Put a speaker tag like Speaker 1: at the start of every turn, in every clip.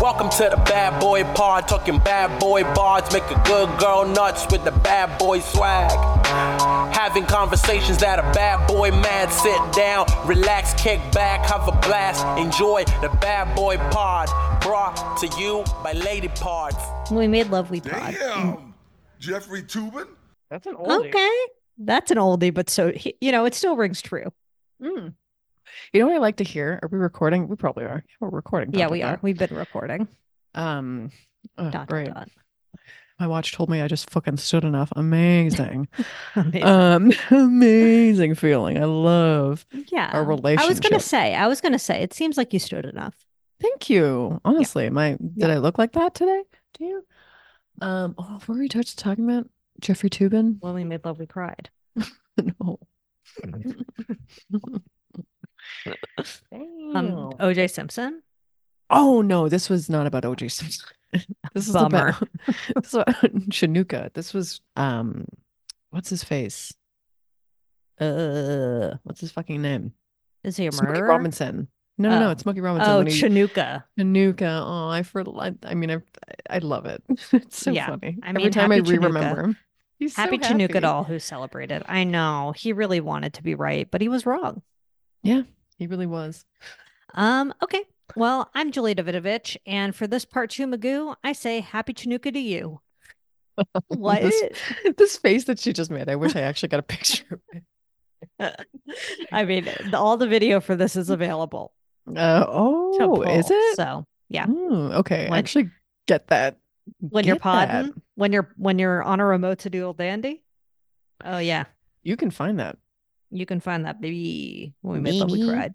Speaker 1: Welcome to the bad boy pod, talking bad boy bards, make a good girl nuts with the bad boy swag. Having conversations that a bad boy mad, sit down, relax, kick back, have a blast, enjoy the bad boy pod, brought to you by Lady Parts.
Speaker 2: We made Love We Pod.
Speaker 3: Damn, Jeffrey Tubin.
Speaker 4: That's an oldie.
Speaker 2: Okay. That's an oldie, but so, he- you know, it still rings true. Hmm.
Speaker 4: Mm. You know what I like to hear? Are we recording? We probably are. We're recording.
Speaker 2: yeah,
Speaker 4: dot,
Speaker 2: we are.
Speaker 4: dot,
Speaker 2: We've been recording.
Speaker 4: dot. Um, oh,
Speaker 2: Dot,
Speaker 4: great.
Speaker 2: dot, dot.
Speaker 4: My watch told me I just fucking stood enough. Amazing.
Speaker 2: Amazing.
Speaker 4: um, amazing feeling. I love
Speaker 2: yeah.
Speaker 4: our relationship.
Speaker 2: Um, I was going to say, I was going to say, it seems like you stood enough.
Speaker 4: Thank you. Honestly, my did
Speaker 2: Yeah.
Speaker 4: I look like that today? Do you? Um, oh, what were we touch- talking about? Jeffrey Tubin?
Speaker 2: When we made Love We Cried.
Speaker 4: no.
Speaker 2: Um,
Speaker 4: Damn.
Speaker 2: OJ Simpson.
Speaker 4: Oh no, this was not about OJ Simpson. this is
Speaker 2: Bummer.
Speaker 4: about this is about Chinooka. This was um what's his face? Uh what's his fucking name?
Speaker 2: Is he a
Speaker 4: Smokey
Speaker 2: murderer?
Speaker 4: Robinson. No, no, no,
Speaker 2: Oh.
Speaker 4: it's Smokey Robinson.
Speaker 2: Oh,
Speaker 4: when he-
Speaker 2: Chinooka.
Speaker 4: Chinooka. Oh, I for I, I mean I I love it. it's so
Speaker 2: Yeah.
Speaker 4: funny.
Speaker 2: I
Speaker 4: Every
Speaker 2: mean,
Speaker 4: time I
Speaker 2: happy Chinooka.
Speaker 4: re-remember him. He's so
Speaker 2: happy Chinooka
Speaker 4: happy.
Speaker 2: doll who celebrated. I know. He really wanted to be right, but he was wrong.
Speaker 4: He really was.
Speaker 2: Um, okay. Well, I'm Julia Davidovich, and for this part two Magoo, I say happy Chinooka to you. What?
Speaker 4: This- this face that she just made. I wish I actually got a picture of it.
Speaker 2: I mean, the- all the video for this is available.
Speaker 4: Uh,
Speaker 2: to
Speaker 4: oh, is
Speaker 2: pull.
Speaker 4: it?
Speaker 2: So yeah.
Speaker 4: Mm, okay, I
Speaker 2: When-
Speaker 4: actually get that.
Speaker 2: When you're
Speaker 4: Get that.
Speaker 2: podding, when you're when you're on a remote to doodle dandy. Oh yeah.
Speaker 4: you can find that.
Speaker 2: You can find that baby when we made Love We
Speaker 4: Baby.
Speaker 2: Cried.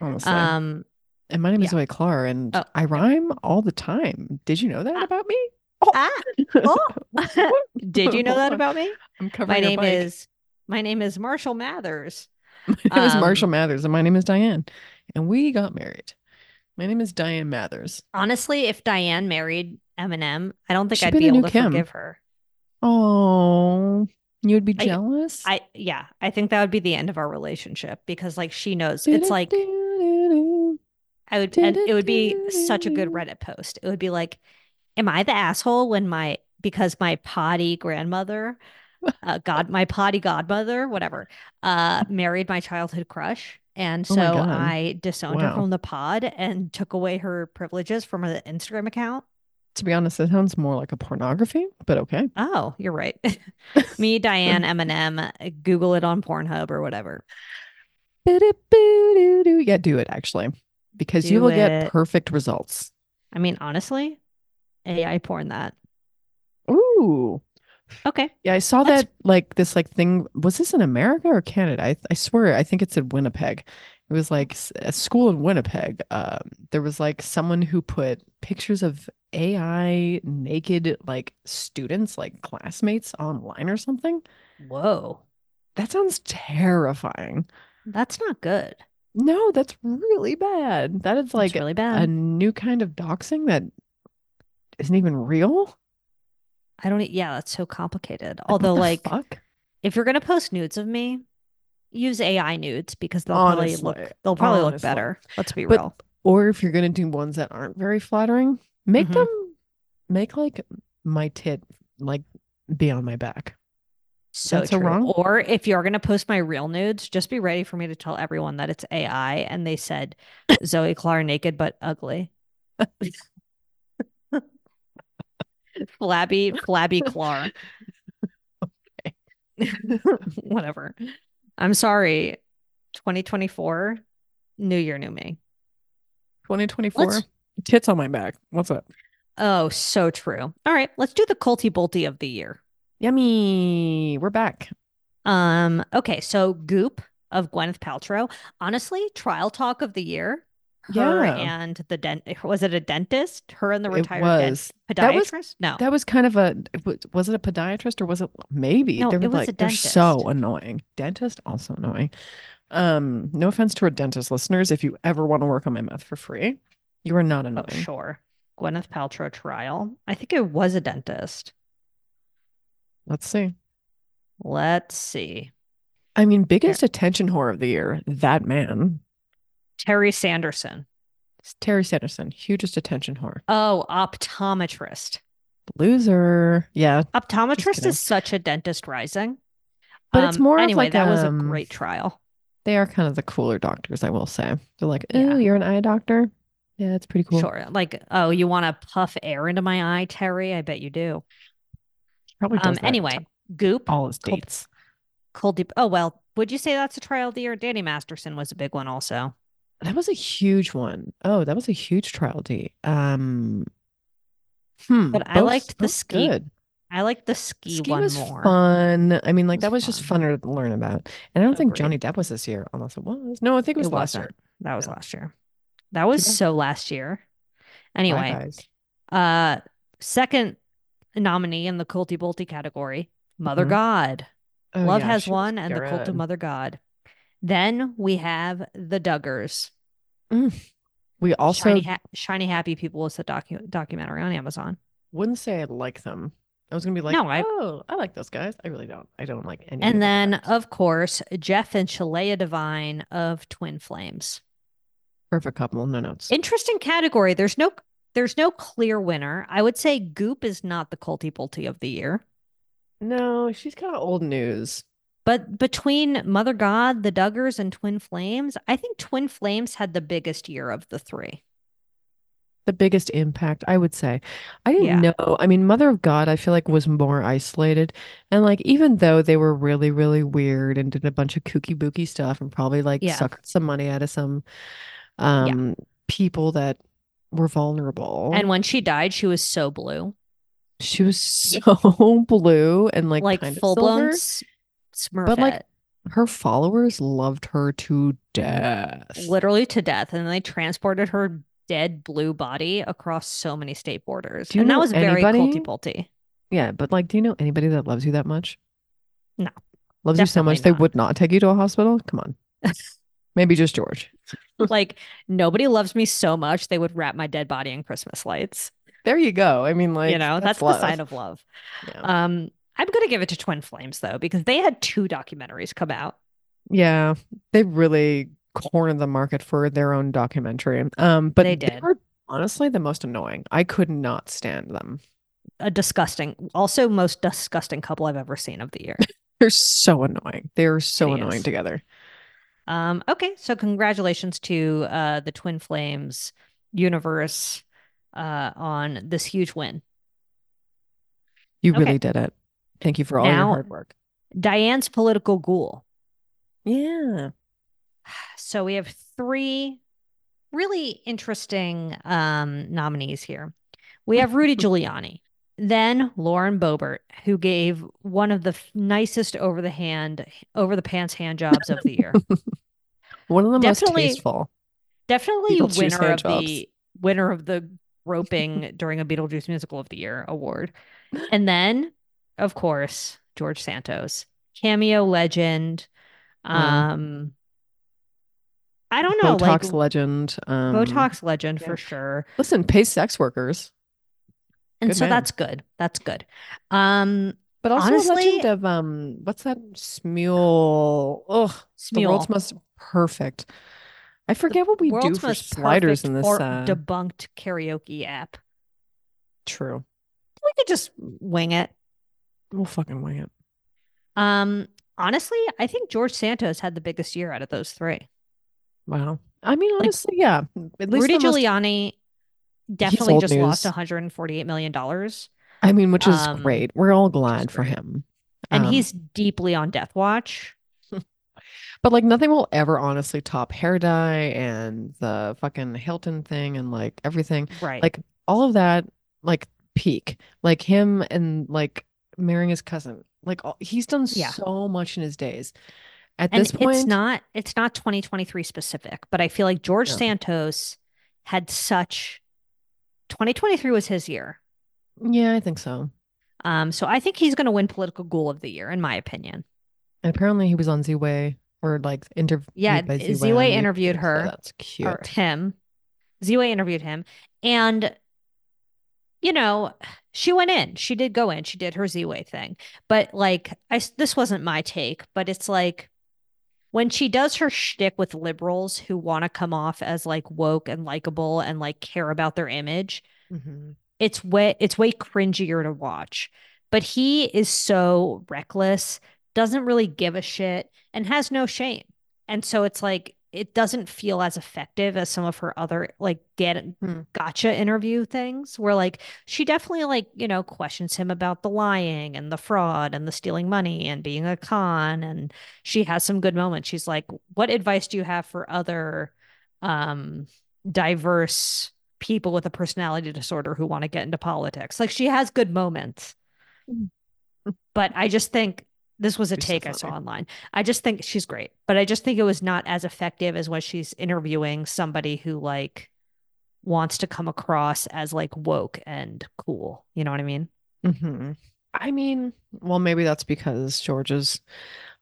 Speaker 4: Honestly,
Speaker 2: Um
Speaker 4: and my name is
Speaker 2: yeah.
Speaker 4: Zoe Clar, and
Speaker 2: Oh,
Speaker 4: I rhyme all the time. Did you know that
Speaker 2: Ah.
Speaker 4: about me?
Speaker 2: ah, oh. did you know that about me?
Speaker 4: I'm covering.
Speaker 2: My
Speaker 4: your
Speaker 2: name
Speaker 4: bike.
Speaker 2: is my name is Marshall Mathers.
Speaker 4: My name is Marshall
Speaker 2: um,
Speaker 4: Mathers, and my name is Diane, and we got married. My name is Diane Mathers.
Speaker 2: Honestly, if Diane married Eminem, I don't think
Speaker 4: She'd
Speaker 2: I'd
Speaker 4: be
Speaker 2: be
Speaker 4: the
Speaker 2: able
Speaker 4: new
Speaker 2: to
Speaker 4: Kim.
Speaker 2: forgive her.
Speaker 4: Oh, you would be
Speaker 2: I-
Speaker 4: jealous.
Speaker 2: I yeah, I think that would be the end of our relationship because like she knows it's like
Speaker 4: Do-do-do-do-do.
Speaker 2: I would and it would be such a good Reddit post. It would be like, Am I the asshole when my because my potty grandmother, uh, God, my potty godmother, whatever, uh, married my childhood crush. And so
Speaker 4: Oh my God.
Speaker 2: I disowned her
Speaker 4: Wow.
Speaker 2: from the pod and took away her privileges from her Instagram account.
Speaker 4: To be honest, that sounds more like a pornography, but okay.
Speaker 2: Oh, you're right. Me, Diane, Eminem, uh, Google it on Pornhub or whatever.
Speaker 4: Boo-do-boo-do-do. Yeah, do it actually, because you
Speaker 2: Do
Speaker 4: will
Speaker 2: it.
Speaker 4: get perfect results.
Speaker 2: I mean, honestly, AI porn that.
Speaker 4: Ooh,
Speaker 2: Okay.
Speaker 4: yeah, I saw
Speaker 2: That's-
Speaker 4: that like this like thing. Was this in America or Canada? I I swear, I think it's in Winnipeg. It was like s- a school in Winnipeg. Um, there was like someone who put pictures of AI naked like students, like classmates, online or something.
Speaker 2: Whoa.
Speaker 4: That sounds terrifying.
Speaker 2: That's not good.
Speaker 4: No, that's really bad. That is like
Speaker 2: That's really
Speaker 4: a
Speaker 2: bad.
Speaker 4: new kind of doxing that isn't even real.
Speaker 2: I don't, e- yeah, that's so complicated.
Speaker 4: what
Speaker 2: Although,
Speaker 4: the
Speaker 2: like,
Speaker 4: fuck?
Speaker 2: if you're going to post nudes of me, use AI nudes because they'll probably look,
Speaker 4: Honestly,
Speaker 2: they'll probably look
Speaker 4: honestly.
Speaker 2: better. Let's be
Speaker 4: But-
Speaker 2: real.
Speaker 4: or if you're gonna do ones that aren't very flattering, make
Speaker 2: Mhm.
Speaker 4: them make like my tit like be on my back.
Speaker 2: So
Speaker 4: that's a
Speaker 2: true.
Speaker 4: wrong-
Speaker 2: Or if you're going to post my real nudes, just be ready for me to tell everyone that it's AI and they said Zoe Clar naked but ugly. flabby, flabby Clar. Whatever. I'm sorry. 2024, new year, new me.
Speaker 4: 2024 tits on my back. What's up?
Speaker 2: Oh, so true. All right, let's do the culty bolty of the year.
Speaker 4: Yummy. We're back.
Speaker 2: Um, okay, so Goop of Gwyneth Paltrow. Honestly, trial talk of the year. Her
Speaker 4: Yeah.
Speaker 2: and the dent was it a dentist? Her and the
Speaker 4: It
Speaker 2: retired dent-
Speaker 4: was that was-
Speaker 2: podiatrist? no. Oh,
Speaker 4: that was kind of a it wa- was it a podiatrist or was it maybe
Speaker 2: No,
Speaker 4: they
Speaker 2: it
Speaker 4: were
Speaker 2: was a
Speaker 4: like they're so
Speaker 2: dentist.
Speaker 4: annoying. Dentist also annoying. Um, no offense to our dentist listeners. If you ever want to work on my mouth for free, you are not
Speaker 2: Oh,
Speaker 4: annoying.
Speaker 2: sure. Gwyneth Paltrow trial. I think it was a dentist.
Speaker 4: Let's see.
Speaker 2: Let's see.
Speaker 4: I mean, biggest attention whore of the year, that man.
Speaker 2: Terry Sanderson.
Speaker 4: Terry Sanderson, hugest attention whore.
Speaker 2: Oh, optometrist.
Speaker 4: Loser. Yeah.
Speaker 2: Optometrist
Speaker 4: kidding.
Speaker 2: is such a dentist rising.
Speaker 4: But it's
Speaker 2: Um,
Speaker 4: more of
Speaker 2: anyway.
Speaker 4: like,
Speaker 2: that was a
Speaker 4: um,
Speaker 2: great trial.
Speaker 4: They are kind of the cooler doctors, I will say. They're like, oh,
Speaker 2: Yeah.
Speaker 4: you're an eye doctor. Yeah, it's pretty cool.
Speaker 2: Sure. Like, oh, you want to puff air into my eye, Terry? I bet you do.
Speaker 4: Probably does
Speaker 2: Um.
Speaker 4: that to
Speaker 2: Anyway, Goop,
Speaker 4: all his
Speaker 2: Cool.
Speaker 4: dates.
Speaker 2: Cold Deep. Oh well. Would you say that's a trial of the year? Danny Masterson was a big one, also.
Speaker 4: That was a huge one. Oh, that was a huge trial date. Um, hmm,
Speaker 2: But I
Speaker 4: both-
Speaker 2: liked the
Speaker 4: both
Speaker 2: ski
Speaker 4: good.
Speaker 2: I like the ski,
Speaker 4: Ski
Speaker 2: one
Speaker 4: was
Speaker 2: more.
Speaker 4: fun. I mean, like
Speaker 2: was
Speaker 4: that was just
Speaker 2: fun.
Speaker 4: funner to learn about. And I don't think
Speaker 2: Agreed.
Speaker 4: Johnny Depp was this year, unless it was. No, I think it was
Speaker 2: It
Speaker 4: last
Speaker 2: wasn't.
Speaker 4: year.
Speaker 2: That was
Speaker 4: Yeah.
Speaker 2: last year. That was
Speaker 4: Yeah.
Speaker 2: so last year.
Speaker 4: Five
Speaker 2: Anyway,
Speaker 4: Eyes.
Speaker 2: uh second nominee in the culty bolty category, Mother
Speaker 4: Mhm.
Speaker 2: God.
Speaker 4: Oh,
Speaker 2: Love
Speaker 4: yeah,
Speaker 2: has
Speaker 4: she was
Speaker 2: one and the cult
Speaker 4: good.
Speaker 2: of Mother God. Then we have the Duggars.
Speaker 4: We also
Speaker 2: Shiny, ha- Shiny Happy People is a docu- documentary on Amazon.
Speaker 4: wouldn't say I like them. I was gonna be like,
Speaker 2: No, I-
Speaker 4: oh, I like those guys. I really don't. I don't like any. of
Speaker 2: And
Speaker 4: those
Speaker 2: then, oh
Speaker 4: guys.
Speaker 2: of course, Jeff and Shalea Divine of Twin Flames.
Speaker 4: perfect couple, no notes.
Speaker 2: Interesting category. There's no there's no clear winner. I would say Goop is not the culty bolty of the year.
Speaker 4: no, she's kind of old news.
Speaker 2: But between Mother God, the Duggars, and Twin Flames, I think Twin Flames had the biggest year of the three.
Speaker 4: the biggest impact i would say i didn't
Speaker 2: Yeah.
Speaker 4: know i mean mother of god i feel like was more isolated and like even though they were really really weird and did a bunch of kooky booky stuff and probably like
Speaker 2: Yeah.
Speaker 4: sucked some money out of some um people that were vulnerable
Speaker 2: And when she died, she was so blue,
Speaker 4: she was so blue and like
Speaker 2: like
Speaker 4: kind of
Speaker 2: full blown
Speaker 4: silver.
Speaker 2: s- smurfette,
Speaker 4: like, her followers loved her to death
Speaker 2: literally to death. And they transported her dead blue body across so many state borders.
Speaker 4: Do you
Speaker 2: and that
Speaker 4: know
Speaker 2: was very
Speaker 4: anybody?
Speaker 2: culty bolty.
Speaker 4: yeah but like do you know anybody that loves you that much
Speaker 2: No,
Speaker 4: loves you so
Speaker 2: definitely
Speaker 4: much they
Speaker 2: not.
Speaker 4: would not take you to a hospital come on maybe just george
Speaker 2: like nobody loves me so much they would wrap my dead body in Christmas lights.
Speaker 4: There you go. I mean, like
Speaker 2: you know, that's, the sign of love.
Speaker 4: yeah.
Speaker 2: Um, I'm gonna give it to Twin Flames though, because they had two documentaries come out.
Speaker 4: Yeah, they really cornered the market for their own documentary. Um, but
Speaker 2: They did.
Speaker 4: were honestly the most annoying. I could not stand them.
Speaker 2: A disgusting, also most disgusting couple I've ever seen of the year.
Speaker 4: They're so annoying. They're so
Speaker 2: It
Speaker 4: annoying
Speaker 2: is.
Speaker 4: together.
Speaker 2: Um, okay, so congratulations to uh, the Twin Flames universe uh, on this huge win.
Speaker 4: You
Speaker 2: Okay.
Speaker 4: really did it. Thank you for all
Speaker 2: Now-
Speaker 4: your hard work.
Speaker 2: Diane's political ghoul.
Speaker 4: Yeah.
Speaker 2: So we have three really interesting um, nominees here. We have Rudy Giuliani, then Lauren Boebert, who gave one of the f- nicest over the hand, over the pants hand jobs of the year.
Speaker 4: One of the
Speaker 2: Definitely-
Speaker 4: most tasteful.
Speaker 2: Definitely
Speaker 4: Beetlejuice
Speaker 2: winner of
Speaker 4: hand jobs.
Speaker 2: the winner of the groping during a Beetlejuice musical of the year award. And then, of course, George Santos, cameo legend.
Speaker 4: Yeah.
Speaker 2: Um I don't know,
Speaker 4: Botox
Speaker 2: like
Speaker 4: legend. Um,
Speaker 2: Botox legend
Speaker 4: yeah.
Speaker 2: for sure.
Speaker 4: Listen, pay sex workers,
Speaker 2: And
Speaker 4: Good
Speaker 2: so
Speaker 4: man.
Speaker 2: that's good. That's good. Um
Speaker 4: but also a legend
Speaker 2: Honestly-
Speaker 4: of um, what's that Smule? Ugh, The world's
Speaker 2: Smule,
Speaker 4: most perfect. I forget what we do
Speaker 2: world's
Speaker 4: for
Speaker 2: most
Speaker 4: sliders in
Speaker 2: perfect
Speaker 4: this.
Speaker 2: or
Speaker 4: uh,
Speaker 2: debunked karaoke app.
Speaker 4: true.
Speaker 2: We could just wing it.
Speaker 4: We'll fucking wing it.
Speaker 2: Um honestly, I think George Santos had the biggest year out of those three.
Speaker 4: Wow. I mean,
Speaker 2: Like,
Speaker 4: honestly, yeah. At least
Speaker 2: Rudy
Speaker 4: the most-
Speaker 2: Giuliani definitely
Speaker 4: old
Speaker 2: just lost
Speaker 4: news.
Speaker 2: 148 million dollars,
Speaker 4: I mean, which is
Speaker 2: um,
Speaker 4: great. We're all glad for
Speaker 2: great.
Speaker 4: him.
Speaker 2: and
Speaker 4: Um,
Speaker 2: he's deeply on death watch.
Speaker 4: but like nothing will ever honestly top hair dye and the fucking Hilton thing and like everything,
Speaker 2: Right.
Speaker 4: like all of that, like peak, like him and like marrying his cousin, like all, he's done
Speaker 2: Yeah.
Speaker 4: so much in his days. At
Speaker 2: and
Speaker 4: this point,
Speaker 2: it's not it's not 2023 specific, but I feel like George
Speaker 4: Yeah.
Speaker 2: Santos had such 2023 was his year.
Speaker 4: yeah, I think so.
Speaker 2: Um, so I think he's going to win political ghoul of the year, in my opinion.
Speaker 4: And apparently he was on Z-Way or like interview.
Speaker 2: Yeah, Z- Z-Way interviewed her,
Speaker 4: that's cute.
Speaker 2: Or him. Zwei interviewed him, and you know, she went in. She did go in. She did her Zwei thing. But like, I s- this wasn't my take, but it's like when she does her shtick with liberals who want to come off as like woke and likable and like care about their image,
Speaker 4: Mhm.
Speaker 2: it's way it's way cringier to watch. But he is so reckless, doesn't really give a shit, and has no shame. And so it's like it doesn't feel as effective as some of her other like get
Speaker 4: Hmm.
Speaker 2: gotcha interview things where like she definitely like you know questions him about the lying and the fraud and the stealing money and being a con and she has some good moments she's like what advice do you have for other um diverse people with a personality disorder who want to get into politics like she has good moments
Speaker 4: Mm.
Speaker 2: but i just think this was a
Speaker 4: She's so
Speaker 2: take i saw
Speaker 4: funny.
Speaker 2: online i just think she's great but i just think it was not as effective as when she's interviewing somebody who like wants to come across as like woke and cool. You know what I mean?
Speaker 4: hmm I mean, well, maybe that's because George is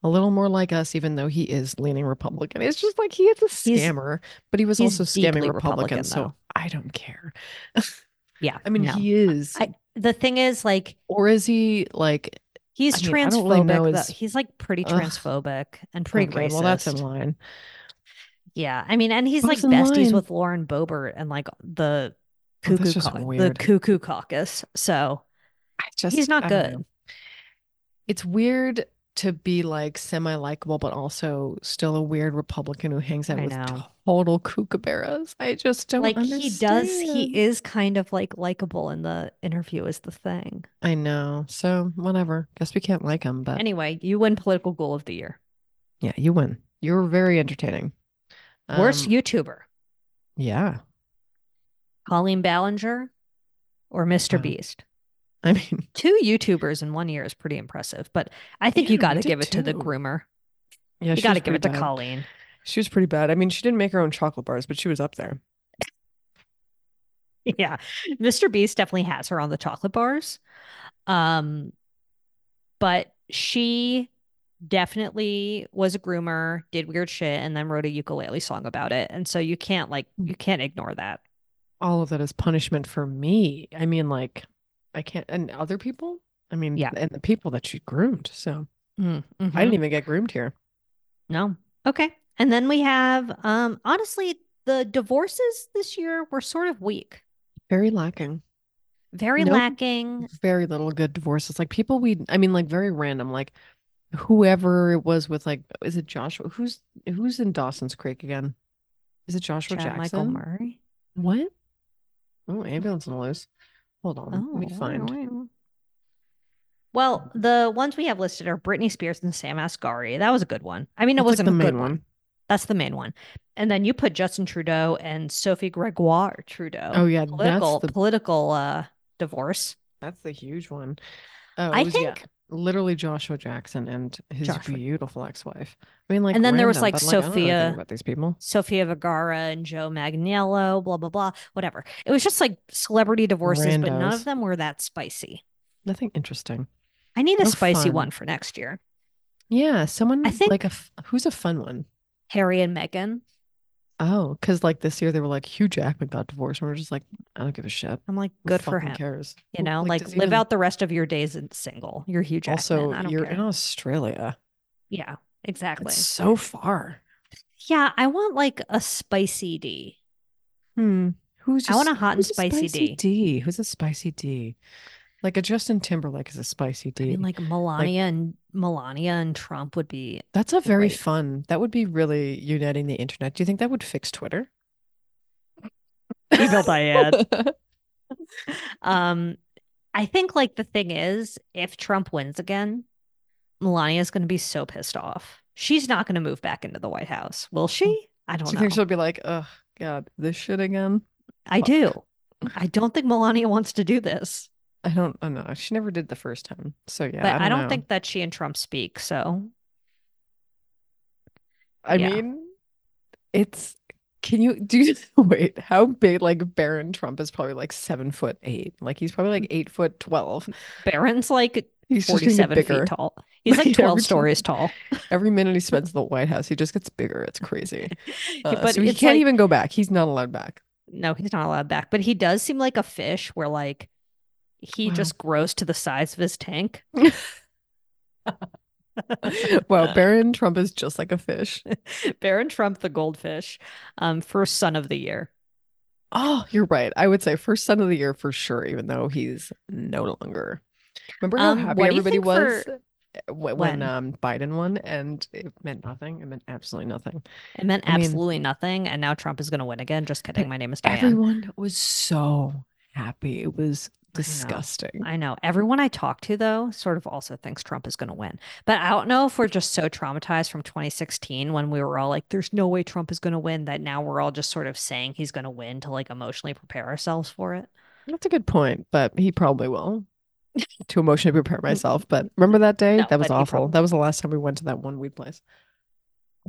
Speaker 4: a little more like us, even though he is leaning Republican. It's just like he is a
Speaker 2: He's-
Speaker 4: scammer, but he was
Speaker 2: he's
Speaker 4: also scamming
Speaker 2: deeply
Speaker 4: Republican,
Speaker 2: Republican,
Speaker 4: so
Speaker 2: though.
Speaker 4: I don't care.
Speaker 2: Yeah.
Speaker 4: I mean,
Speaker 2: no.
Speaker 4: he is,
Speaker 2: I- the thing is like
Speaker 4: or is he like?
Speaker 2: he's
Speaker 4: I mean, I don't really
Speaker 2: transphobic.
Speaker 4: know
Speaker 2: though.
Speaker 4: his-
Speaker 2: He's like pretty
Speaker 4: Ugh.
Speaker 2: transphobic and pretty
Speaker 4: okay,
Speaker 2: racist.
Speaker 4: well, that's in line.
Speaker 2: Yeah. I mean, and he's
Speaker 4: Who's
Speaker 2: like
Speaker 4: in
Speaker 2: besties
Speaker 4: line?
Speaker 2: with Lauren Boebert and like the
Speaker 4: Oh, that's
Speaker 2: cuckoo
Speaker 4: just
Speaker 2: cau- the
Speaker 4: weird.
Speaker 2: cuckoo caucus. So
Speaker 4: I just
Speaker 2: he's not
Speaker 4: I don't
Speaker 2: good.
Speaker 4: know. It's weird to be like semi-likable, but also still a weird Republican who hangs out
Speaker 2: I
Speaker 4: with
Speaker 2: know.
Speaker 4: total kookaburras. I just don't
Speaker 2: like
Speaker 4: understand.
Speaker 2: he does he is kind of like likable in the interview is the thing.
Speaker 4: I know. So whatever. Guess we can't like him, but
Speaker 2: Anyway, you win political goal of the year.
Speaker 4: yeah, you win. You were very entertaining.
Speaker 2: Worst
Speaker 4: Um,
Speaker 2: YouTuber.
Speaker 4: Yeah.
Speaker 2: Colleen Ballinger or Mr.
Speaker 4: Wow.
Speaker 2: Beast.
Speaker 4: I mean,
Speaker 2: Two YouTubers in one year is pretty impressive, but I think you
Speaker 4: Yeah,
Speaker 2: got to
Speaker 4: we did
Speaker 2: give it to the
Speaker 4: too.
Speaker 2: groomer.
Speaker 4: yeah,
Speaker 2: you
Speaker 4: she
Speaker 2: got to
Speaker 4: was
Speaker 2: give
Speaker 4: pretty
Speaker 2: it to
Speaker 4: bad.
Speaker 2: Colleen.
Speaker 4: She was pretty bad. I mean, she didn't make her own chocolate bars, but she was up there.
Speaker 2: Yeah. Mr. Beast definitely has her on the chocolate bars. Um but she definitely was a groomer, did weird shit and then wrote a ukulele song about it. And so you can't like
Speaker 4: Hmm.
Speaker 2: you can't ignore that.
Speaker 4: All of that is punishment for me. I mean, like, I can't, and other people. I mean,
Speaker 2: Yeah.
Speaker 4: and the people that she groomed. So
Speaker 2: Mm,
Speaker 4: Hmm, I
Speaker 2: mhm.
Speaker 4: didn't e even get groomed here.
Speaker 2: No. Okay. And then we have um honestly the divorces this year were sort of weak.
Speaker 4: Very lacking.
Speaker 2: Very
Speaker 4: Nope.
Speaker 2: lacking.
Speaker 4: Mm. Very little good divorces. Like people we, I mean, like very random. Like whoever it was with, like, is it Joshua? Who's who's in Dawson's Creek again? Is it Joshua
Speaker 2: Chad
Speaker 4: Jackson?
Speaker 2: Michael Murray.
Speaker 4: What? Oh, ambulance and loose. Hold on.
Speaker 2: Oh,
Speaker 4: Let me find.
Speaker 2: wow. Well, the ones we have listed are Britney Spears and Sam Asghari. That was a good one. I mean, it
Speaker 4: That's, like,
Speaker 2: wasn't
Speaker 4: the
Speaker 2: a
Speaker 4: main
Speaker 2: good one. That's the main one. And then you put Justin Trudeau and Sophie Gregoire Trudeau.
Speaker 4: Oh yeah,
Speaker 2: political
Speaker 4: that's the
Speaker 2: political uh divorce.
Speaker 4: that's the huge one. Oh,
Speaker 2: I
Speaker 4: it was, yeah,
Speaker 2: think-
Speaker 4: literally Joshua Jackson and his
Speaker 2: Joshua.
Speaker 4: beautiful ex-wife. I mean, like,
Speaker 2: And then there was,
Speaker 4: random,
Speaker 2: like,
Speaker 4: but, I don't know anything
Speaker 2: Sophia-
Speaker 4: about these people.
Speaker 2: Sofia Vergara and Joe Magnello, blah blah blah, whatever. It was just like celebrity divorces, but none
Speaker 4: Randos.
Speaker 2: of them were that spicy.
Speaker 4: Nothing interesting.
Speaker 2: I need a
Speaker 4: No
Speaker 2: spicy
Speaker 4: fun.
Speaker 2: one for next year.
Speaker 4: Yeah, someone
Speaker 2: I think-
Speaker 4: like a f- who's a fun one.
Speaker 2: Harry and Meghan.
Speaker 4: Oh, because like this year they were like Hugh Jackman got divorced, and we're just like, I don't give a shit.
Speaker 2: I'm like,
Speaker 4: Who
Speaker 2: good for
Speaker 4: fucking
Speaker 2: him.
Speaker 4: Cares?
Speaker 2: You
Speaker 4: Well,
Speaker 2: know, like,
Speaker 4: does he
Speaker 2: live
Speaker 4: even-
Speaker 2: out the rest of your days in single. You're Hugh Jackman.
Speaker 4: Also,
Speaker 2: I don't
Speaker 4: you're
Speaker 2: care.
Speaker 4: in Australia.
Speaker 2: yeah, exactly.
Speaker 4: It's so far.
Speaker 2: Yeah, I want like a spicy D.
Speaker 4: Hmm. Who's
Speaker 2: I want
Speaker 4: just-
Speaker 2: a hot and
Speaker 4: who's
Speaker 2: spicy
Speaker 4: spicy
Speaker 2: D.
Speaker 4: D? Who's a spicy D? Like a Justin Timberlake is a spicy
Speaker 2: I
Speaker 4: D.
Speaker 2: mean, like Melania and Melania and Trump would be.
Speaker 4: That's a very
Speaker 2: great.
Speaker 4: fun. That would be really uniting the internet. Do you think that would fix Twitter?
Speaker 2: Evil Diane. Um, I think like the thing is, if Trump wins again, Melania's going to be so pissed off. She's not going to move back into the White House, will she? I
Speaker 4: Do
Speaker 2: don't
Speaker 4: you
Speaker 2: know.
Speaker 4: think she'll be like, oh God, this shit again?
Speaker 2: I do. I don't think Melania wants to do this,
Speaker 4: I don't I know. She never did the first time. So yeah,
Speaker 2: but I don't,
Speaker 4: know.
Speaker 2: think that she and Trump speak. So
Speaker 4: I
Speaker 2: yeah.
Speaker 4: mean, it's can you do you wait, how big like Barron Trump is probably like seven foot eight. Like he's probably like eight foot twelve.
Speaker 2: Barron's like
Speaker 4: He's just gonna get
Speaker 2: 47
Speaker 4: bigger.
Speaker 2: feet tall. He's
Speaker 4: Like,
Speaker 2: like 12
Speaker 4: every-
Speaker 2: stories tall.
Speaker 4: Every minute he spends in the White House, he just gets bigger. It's crazy. Uh,
Speaker 2: but
Speaker 4: so he
Speaker 2: it's
Speaker 4: can't
Speaker 2: like-
Speaker 4: even go back. He's not allowed back.
Speaker 2: No, he's not allowed back, but he does seem like a fish where like he
Speaker 4: Wow.
Speaker 2: just grows to the size of his tank.
Speaker 4: wow, Baron Trump is just like a fish.
Speaker 2: Baron Trump, the goldfish, um, first son of the year.
Speaker 4: Oh, you're right. I would say first son of the year for sure, even though he's no longer. Remember how
Speaker 2: Um,
Speaker 4: happy
Speaker 2: what do you
Speaker 4: everybody
Speaker 2: think
Speaker 4: was
Speaker 2: for-
Speaker 4: wh- when,
Speaker 2: when?
Speaker 4: um, Biden won, and it meant nothing. It meant absolutely nothing.
Speaker 2: It meant
Speaker 4: I mean-
Speaker 2: absolutely nothing, and now Trump is going to win again. Just kidding. My name is Diane.
Speaker 4: Everyone was so happy. It was disgusting.
Speaker 2: I know. Everyone I talk to, though, sort of also thinks Trump is going to win. But I don't know if we're just so traumatized from 2016 when we were all like, there's no way Trump is going to win, that now we're all just sort of saying he's going to win to like emotionally prepare ourselves for it.
Speaker 4: That's a good point, but he probably will. to emotionally prepare myself, but remember that day?
Speaker 2: No,
Speaker 4: that was
Speaker 2: but he
Speaker 4: awful.
Speaker 2: prob-
Speaker 4: That was the last time we went to that one weed place.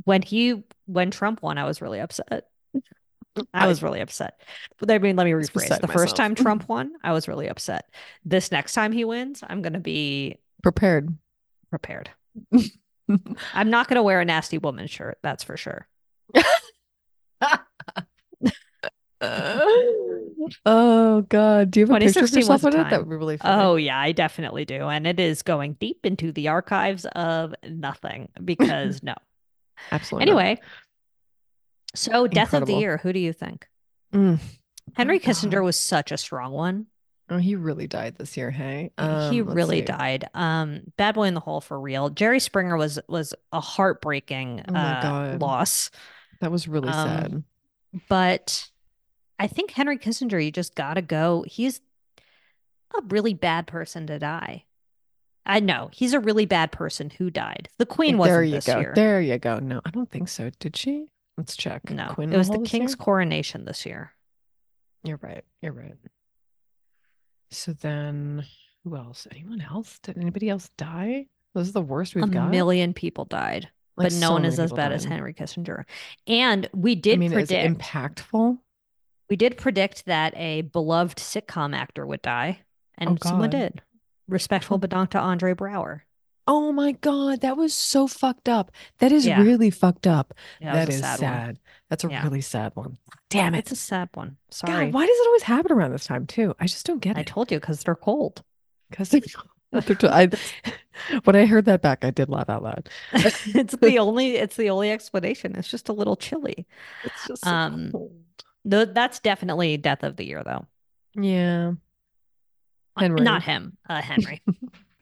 Speaker 2: When he, when Trump won, I was really upset. I
Speaker 4: I-
Speaker 2: was really upset. But I mean, let me
Speaker 4: was
Speaker 2: rephrase.
Speaker 4: beside
Speaker 2: The first
Speaker 4: myself.
Speaker 2: time Trump won, I was really upset. This next time he wins, I'm going to be
Speaker 4: Prepared.
Speaker 2: prepared. I'm not going to wear a nasty woman shirt. That's for sure.
Speaker 4: oh God! Do you have a picture of
Speaker 2: 2016 was
Speaker 4: yourself
Speaker 2: a
Speaker 4: in it? That
Speaker 2: time.
Speaker 4: would be really funny.
Speaker 2: Oh, yeah, I definitely do. And it is going deep into the archives of nothing because no.
Speaker 4: absolutely. not.
Speaker 2: Anyway, so death of the
Speaker 4: Incredible.
Speaker 2: year, who do you think?
Speaker 4: Mm.
Speaker 2: Henry
Speaker 4: Oh, God.
Speaker 2: Kissinger was such a strong one.
Speaker 4: Oh, he really died this year. Hey,
Speaker 2: he
Speaker 4: Um, let's
Speaker 2: really
Speaker 4: see.
Speaker 2: died. Um, bad boy in the hole for real. Jerry Springer was was a heartbreaking
Speaker 4: Oh my
Speaker 2: uh,
Speaker 4: God.
Speaker 2: loss,
Speaker 4: That was really
Speaker 2: Um,
Speaker 4: sad.
Speaker 2: but I think Henry Kissinger, you just gotta go. He's a really bad person to die. I know he's a really bad person who died. The Queen wasn't
Speaker 4: there you
Speaker 2: this
Speaker 4: go.
Speaker 2: year.
Speaker 4: There you go. No, I don't think so. Did she? Let's check.
Speaker 2: No,
Speaker 4: Quinn
Speaker 2: it was the
Speaker 4: Wallace
Speaker 2: king's
Speaker 4: here?
Speaker 2: coronation this year.
Speaker 4: You're right. You're right. So then, who else? Anyone else? Did anybody else die? This is the worst we've
Speaker 2: a
Speaker 4: got.
Speaker 2: million people died,
Speaker 4: Like,
Speaker 2: but no
Speaker 4: so
Speaker 2: one
Speaker 4: many
Speaker 2: is as
Speaker 4: people
Speaker 2: bad as
Speaker 4: died.
Speaker 2: Henry Kissinger. And we did
Speaker 4: I mean, is it
Speaker 2: predict
Speaker 4: impactful?
Speaker 2: we did predict that a beloved sitcom actor would die, and someone
Speaker 4: Oh, God.
Speaker 2: did. Respectful badonk to Andre Brower.
Speaker 4: Oh my God, that was so fucked up. That is
Speaker 2: Yeah.
Speaker 4: really fucked up.
Speaker 2: Yeah,
Speaker 4: that
Speaker 2: was
Speaker 4: is
Speaker 2: a
Speaker 4: sad.
Speaker 2: sad, one.
Speaker 4: That's a
Speaker 2: Yeah.
Speaker 4: really sad one. Damn
Speaker 2: It's
Speaker 4: it.
Speaker 2: a sad one. Sorry,
Speaker 4: God, why does it always happen around this time too? I just don't get
Speaker 2: I
Speaker 4: it.
Speaker 2: told you because they're cold.
Speaker 4: Because I, when I heard that back, I did laugh out loud.
Speaker 2: it's the only it's the only explanation. It's just a little chilly.
Speaker 4: It's just
Speaker 2: so Um, Though that's definitely death of the year though.
Speaker 4: Yeah,
Speaker 2: Uh,
Speaker 4: Henry.
Speaker 2: Not him, uh, Henry.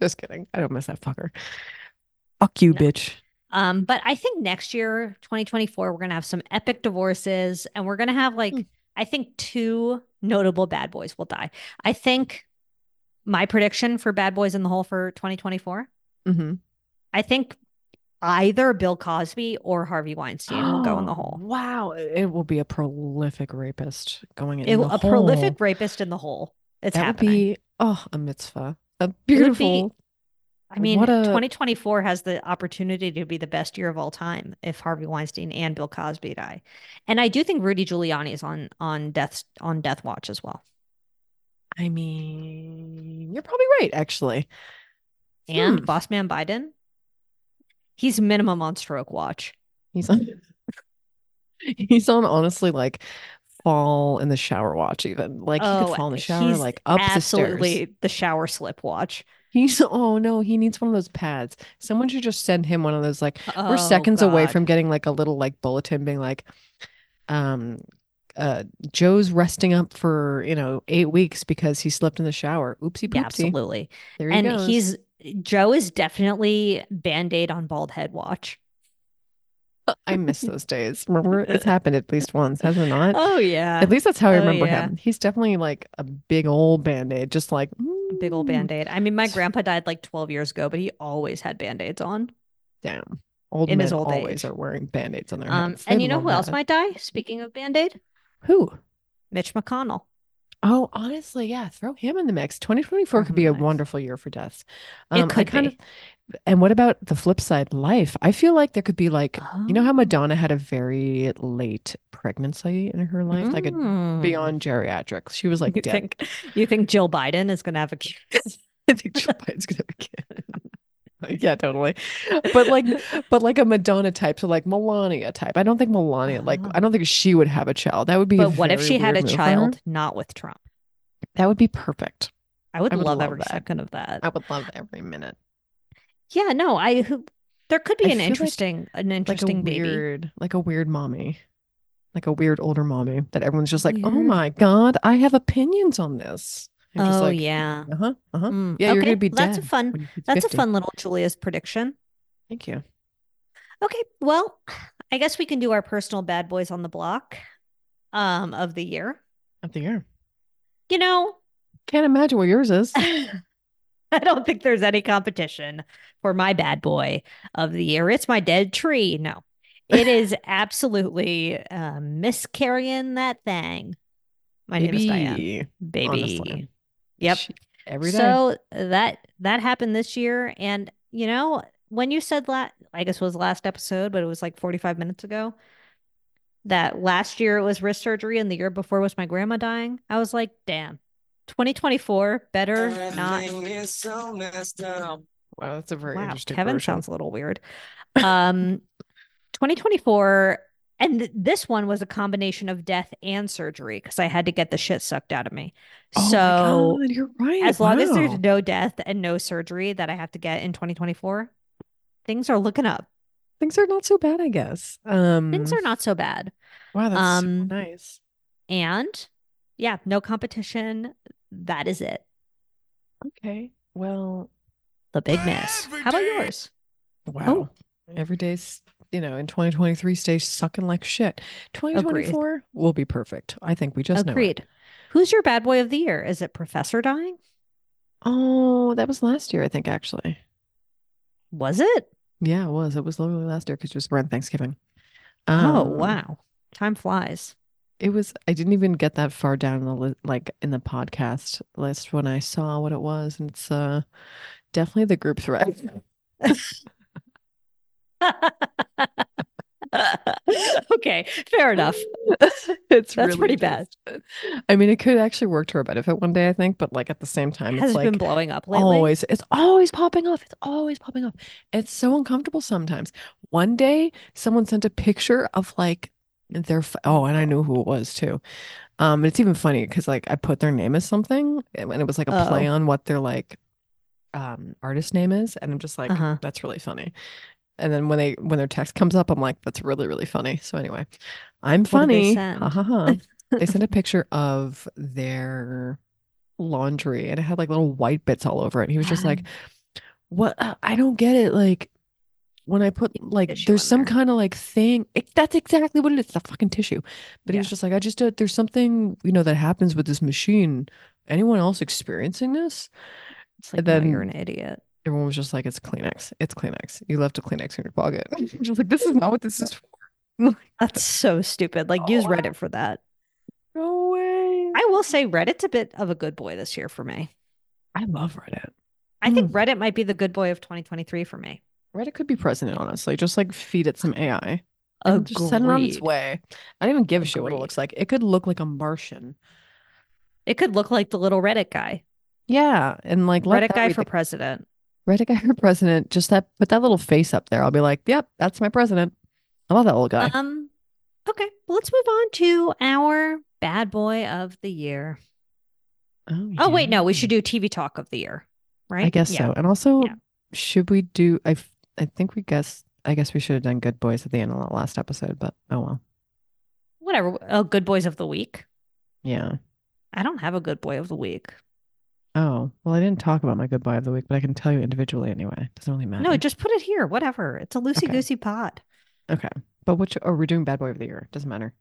Speaker 4: just kidding. I don't miss that fucker. Fuck you,
Speaker 2: No.
Speaker 4: bitch.
Speaker 2: Um, but I think next year, 2024, we're gonna have some epic divorces, and we're gonna have like
Speaker 4: Hmm.
Speaker 2: I think two notable bad boys will die. I think my prediction for bad boys in the hole for 2024,
Speaker 4: Mm-hmm.
Speaker 2: I think either Bill Cosby or Harvey Weinstein will go in the hole.
Speaker 4: Wow, it will be a prolific rapist going in
Speaker 2: It,
Speaker 4: the
Speaker 2: a prolific
Speaker 4: hole.
Speaker 2: rapist in the hole. It's
Speaker 4: that
Speaker 2: happening.
Speaker 4: would be oh a mitzvah, a beautiful.
Speaker 2: I mean,
Speaker 4: what a-
Speaker 2: 2024 has the opportunity to be the best year of all time if Harvey Weinstein and Bill Cosby die, and I do think Rudy Giuliani is on on death on death watch as well.
Speaker 4: I mean, you're probably right, actually.
Speaker 2: And
Speaker 4: Hmm.
Speaker 2: boss man Biden, he's minimum on stroke watch.
Speaker 4: He's on. He's on honestly like fall in the shower watch even like he
Speaker 2: Oh,
Speaker 4: could fall in the shower
Speaker 2: he's
Speaker 4: like up the
Speaker 2: Absolutely,
Speaker 4: stairs.
Speaker 2: the shower slip watch.
Speaker 4: He's oh no, he needs one of those pads. Someone should just send him one of those like we're
Speaker 2: Oh,
Speaker 4: seconds away
Speaker 2: God.
Speaker 4: from getting like a little like bulletin being like um uh Joe's resting up for, you know, 8 weeks because he slept in the shower. Oopsie poopsie.
Speaker 2: Yeah, absolutely.
Speaker 4: There he
Speaker 2: And
Speaker 4: goes.
Speaker 2: he's Joe is definitely band aid on bald head watch.
Speaker 4: I miss those days. Remember it's happened at least once, has it not?
Speaker 2: Oh yeah,
Speaker 4: At least that's how I
Speaker 2: Oh,
Speaker 4: remember
Speaker 2: yeah.
Speaker 4: him. He's definitely like a big old band-aid, just like
Speaker 2: big old
Speaker 4: "Mm,
Speaker 2: band aid. I mean, my
Speaker 4: It's-
Speaker 2: grandpa died like 12 years ago, but he always had band aids on.
Speaker 4: Damn. Old
Speaker 2: in
Speaker 4: men
Speaker 2: his old
Speaker 4: always
Speaker 2: age.
Speaker 4: are wearing band-aids on their
Speaker 2: Um,
Speaker 4: heads.
Speaker 2: and
Speaker 4: They
Speaker 2: you know
Speaker 4: love
Speaker 2: who else
Speaker 4: that.
Speaker 2: might die? Speaking of band aid,
Speaker 4: Who?
Speaker 2: Mitch McConnell.
Speaker 4: Oh, honestly, yeah, throw him in the mix. 2024
Speaker 2: him
Speaker 4: could be
Speaker 2: in
Speaker 4: a
Speaker 2: the mix.
Speaker 4: wonderful year for deaths.
Speaker 2: It
Speaker 4: Um, I
Speaker 2: could
Speaker 4: kind
Speaker 2: be.
Speaker 4: of and what about the flip side, life? I feel like there could be like you know how
Speaker 2: Oh.
Speaker 4: Madonna had a very late pregnancy in her life, like a
Speaker 2: Mm.
Speaker 4: beyond geriatric. She was like
Speaker 2: you
Speaker 4: dead.
Speaker 2: think you think Jill Biden is going to have a kid?
Speaker 4: I think Joe Biden's gonna be kid. yeah, totally. But like but like a Madonna type, so like Melania type. I don't think Melania like
Speaker 2: Ah.
Speaker 4: I don't think she would have a child. That would be a
Speaker 2: but what if
Speaker 4: very
Speaker 2: she had
Speaker 4: weird
Speaker 2: a
Speaker 4: move for her.
Speaker 2: child not with Trump?
Speaker 4: That would be perfect.
Speaker 2: I would,
Speaker 4: I would
Speaker 2: love,
Speaker 4: love
Speaker 2: every
Speaker 4: that.
Speaker 2: second of that.
Speaker 4: I would love every minute.
Speaker 2: yeah, no, I who There could be
Speaker 4: I
Speaker 2: an
Speaker 4: feel like-
Speaker 2: interesting, an
Speaker 4: like a
Speaker 2: interesting baby.
Speaker 4: weird, like a weird mommy, like a weird older mommy that everyone's just like, oh
Speaker 2: Weird.
Speaker 4: my god, I have opinions on this. And you're just
Speaker 2: Oh
Speaker 4: like,
Speaker 2: yeah.
Speaker 4: uh huh, uh huh.
Speaker 2: Mm,
Speaker 4: Yeah, you're
Speaker 2: okay,
Speaker 4: gonna be
Speaker 2: that's a
Speaker 4: dead
Speaker 2: fun.
Speaker 4: when you hit
Speaker 2: That's a
Speaker 4: 50.
Speaker 2: fun little Julia's prediction.
Speaker 4: Thank you.
Speaker 2: Okay, well, I guess we can do our personal bad boys on the block um of the year.
Speaker 4: Up the air.
Speaker 2: You know,
Speaker 4: Can't imagine what yours is.
Speaker 2: I don't think there's any competition for my bad boy of the year. It's my dead tree. No. It is absolutely uh, miscarrying that thing. My name is Diane.
Speaker 4: Baby,
Speaker 2: Baby.
Speaker 4: honestly.
Speaker 2: Yep.
Speaker 4: She- Every day.
Speaker 2: So that that happened this year, and you know when you said that, I guess it was last episode, but it was like forty five minutes ago. That last year it was wrist surgery, and the year before was my grandma dying. I was like, damn, twenty twenty four better not.
Speaker 4: wow, that's a very
Speaker 2: Wow,
Speaker 4: interesting
Speaker 2: Kevin
Speaker 4: version.
Speaker 2: sounds a little weird. Um, twenty twenty four. And th- this one was a combination of death and surgery because I had to get the shit sucked out of me.
Speaker 4: Oh my
Speaker 2: so
Speaker 4: God, you're right.
Speaker 2: as long as
Speaker 4: wow.
Speaker 2: there's no death and no surgery that I have to get in 2024, things are looking up.
Speaker 4: things are not so bad, I guess. Um,
Speaker 2: Things are not so bad.
Speaker 4: Wow, that's super
Speaker 2: um,
Speaker 4: nice.
Speaker 2: And yeah, no competition. That is it.
Speaker 4: Okay. Well,
Speaker 2: The big miss. How about
Speaker 3: Everyday.
Speaker 2: yours?
Speaker 4: Wow. Every day's, you know, in 2023 stays sucking like shit. 2024 will be perfect. I think we just know. it.
Speaker 2: Agreed. Who's your bad boy of the year? Is it Professor Dying?
Speaker 4: Oh, that was last year, I think, actually.
Speaker 2: Was it?
Speaker 4: Yeah, it was. It was literally last year because it was around Thanksgiving.
Speaker 2: oh,
Speaker 4: Um,
Speaker 2: wow. Time flies.
Speaker 4: It was, I didn't even get that far down in the li- like in the podcast list when I saw what it was. And it's uh definitely the group threat.
Speaker 2: okay, fair enough.
Speaker 4: it's
Speaker 2: That's
Speaker 4: really
Speaker 2: pretty bad.
Speaker 4: just- I mean, it could actually work to our benefit one day, I think, but like at the same time,
Speaker 2: Has
Speaker 4: it's
Speaker 2: it
Speaker 4: like "Oh,
Speaker 2: been blowing up lately?
Speaker 4: Always, it's always popping off. It's always popping off. It's so uncomfortable sometimes. One day, someone sent a picture of like their f- oh, and I knew who it was too. Um, it's even funny because like I put their name as something, eh, and and it was like a play
Speaker 2: Oh.
Speaker 4: on what their like um artist name is, and I'm just like,
Speaker 2: Uh-huh.
Speaker 4: that's really funny. And then when they when their text comes up, I'm like, that's really really funny. So anyway, I'm
Speaker 2: What did they
Speaker 4: funny.
Speaker 2: send?
Speaker 4: Ha ha ha. They sent a picture of their laundry and it had like little white bits all over it. And he was just like,
Speaker 2: Ah.
Speaker 4: What? Uh, I don't get it. Like, when I put like,
Speaker 2: tissue
Speaker 4: there's
Speaker 2: on
Speaker 4: some
Speaker 2: there.
Speaker 4: kind of like thing. It, that's exactly what it is. It's a fucking tissue. But he
Speaker 2: Yeah.
Speaker 4: was just like, I just, uh, there's something, you know, that happens with this machine. Anyone else experiencing this?
Speaker 2: It's like, no,
Speaker 4: then-
Speaker 2: you're an idiot.
Speaker 4: Everyone was just like, It's Kleenex. It's Kleenex. You left a Kleenex in your pocket. I'm just like, This is not what this is for.
Speaker 2: That's so stupid. Like use
Speaker 4: Oh.
Speaker 2: Reddit for that.
Speaker 4: No way.
Speaker 2: I will say Reddit's a bit of a good boy this year for me.
Speaker 4: I love Reddit.
Speaker 2: I think
Speaker 4: Hmm.
Speaker 2: Reddit might be the good boy of 2023 for me.
Speaker 4: Reddit could be president, honestly. Just like feed it some AI.
Speaker 2: Oh,
Speaker 4: and just send it on its way. I don't even give a shit what it
Speaker 2: Agreed.
Speaker 4: looks like. It could look like a Martian.
Speaker 2: It could look like the little Reddit guy.
Speaker 4: Yeah, and like let
Speaker 2: Reddit
Speaker 4: that
Speaker 2: guy
Speaker 4: be
Speaker 2: for
Speaker 4: the-
Speaker 2: president.
Speaker 4: Reddit guy for president. Just that, put that little face up there. I'll be like, yep, that's my president. I love that little guy.
Speaker 2: Um okay, well, let's move on to our bad boy of the year. Oh wait, no, we should do TV talk of the year, right?
Speaker 4: I guess
Speaker 2: Yeah.
Speaker 4: so. And also,
Speaker 2: Yeah.
Speaker 4: should we do? I f- I think we guess. I guess we should have done Good Boys at the end of that last episode, but oh well.
Speaker 2: Whatever. Oh, good boys of the week.
Speaker 4: Yeah.
Speaker 2: I don't have a good boy of the week.
Speaker 4: Oh well, I didn't talk about my good boy of the week, but I can tell you individually anyway. Doesn't really matter.
Speaker 2: No, just put it here. Whatever. It's a loosey goosey pod.
Speaker 4: okay. But which? Oh, we're doing Bad Boy of the Year. Doesn't matter.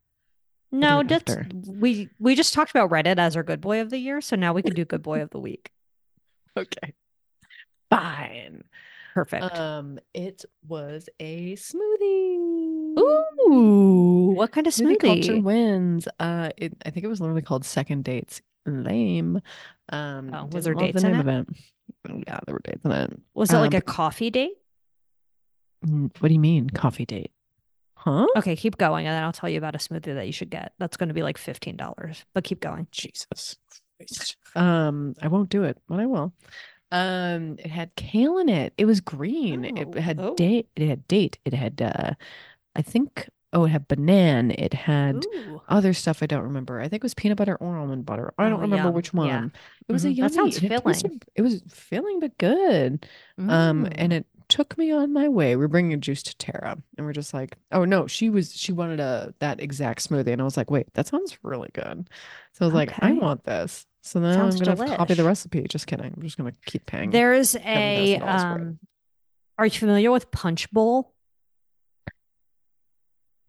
Speaker 4: do
Speaker 2: No,
Speaker 4: it
Speaker 2: that's
Speaker 4: after.
Speaker 2: we we just talked about Reddit as our good boy of the year, so now we can do good boy of the week.
Speaker 4: Okay. Fine.
Speaker 2: Perfect.
Speaker 4: Um, it was a smoothie.
Speaker 2: Ooh, what kind of
Speaker 4: Smoothie culture
Speaker 2: smoothie?
Speaker 4: wins. Uh, it, I think it was literally called Second Dates. Lame. Um,
Speaker 2: Oh, was
Speaker 4: didn't
Speaker 2: there
Speaker 4: love
Speaker 2: dates
Speaker 4: the
Speaker 2: in
Speaker 4: name of it. Yeah, there were dates in it.
Speaker 2: Was it like
Speaker 4: um,
Speaker 2: a coffee date?
Speaker 4: Mm, What do you mean, coffee date? Huh?
Speaker 2: Okay, keep going, and then I'll tell you about a smoothie that you should get. That's going to be like fifteen dollars, but keep going.
Speaker 4: Jesus. Christ. Um, I won't do it, but I will. Um, it had kale in it. It was green.
Speaker 2: Oh,
Speaker 4: it had
Speaker 2: oh.
Speaker 4: date. It had date. It had, uh, I think. Oh, it had banana. It had
Speaker 2: Ooh,
Speaker 4: other stuff I don't remember. I think it was peanut butter or almond butter. I don't
Speaker 2: Oh,
Speaker 4: remember
Speaker 2: yum.
Speaker 4: which
Speaker 2: Yeah.
Speaker 4: one. It was a
Speaker 2: Mhm. That
Speaker 4: yummy.
Speaker 2: sounds
Speaker 4: it had tasted-
Speaker 2: filling.
Speaker 4: it was filling but good. Um,
Speaker 2: mm.
Speaker 4: and it took me on my way. We're bringing juice to Tara, and we're just like, oh no, she was she wanted a that exact smoothie, and I was like, wait, that sounds really good. So I was like, I
Speaker 2: Okay.
Speaker 4: want this. So then
Speaker 2: Sounds
Speaker 4: I'm gonna have to copy the
Speaker 2: delish.
Speaker 4: recipe. Just kidding. I'm just gonna keep paying.
Speaker 2: There's a
Speaker 4: $7,000 worth.
Speaker 2: um are you familiar with punch bowl?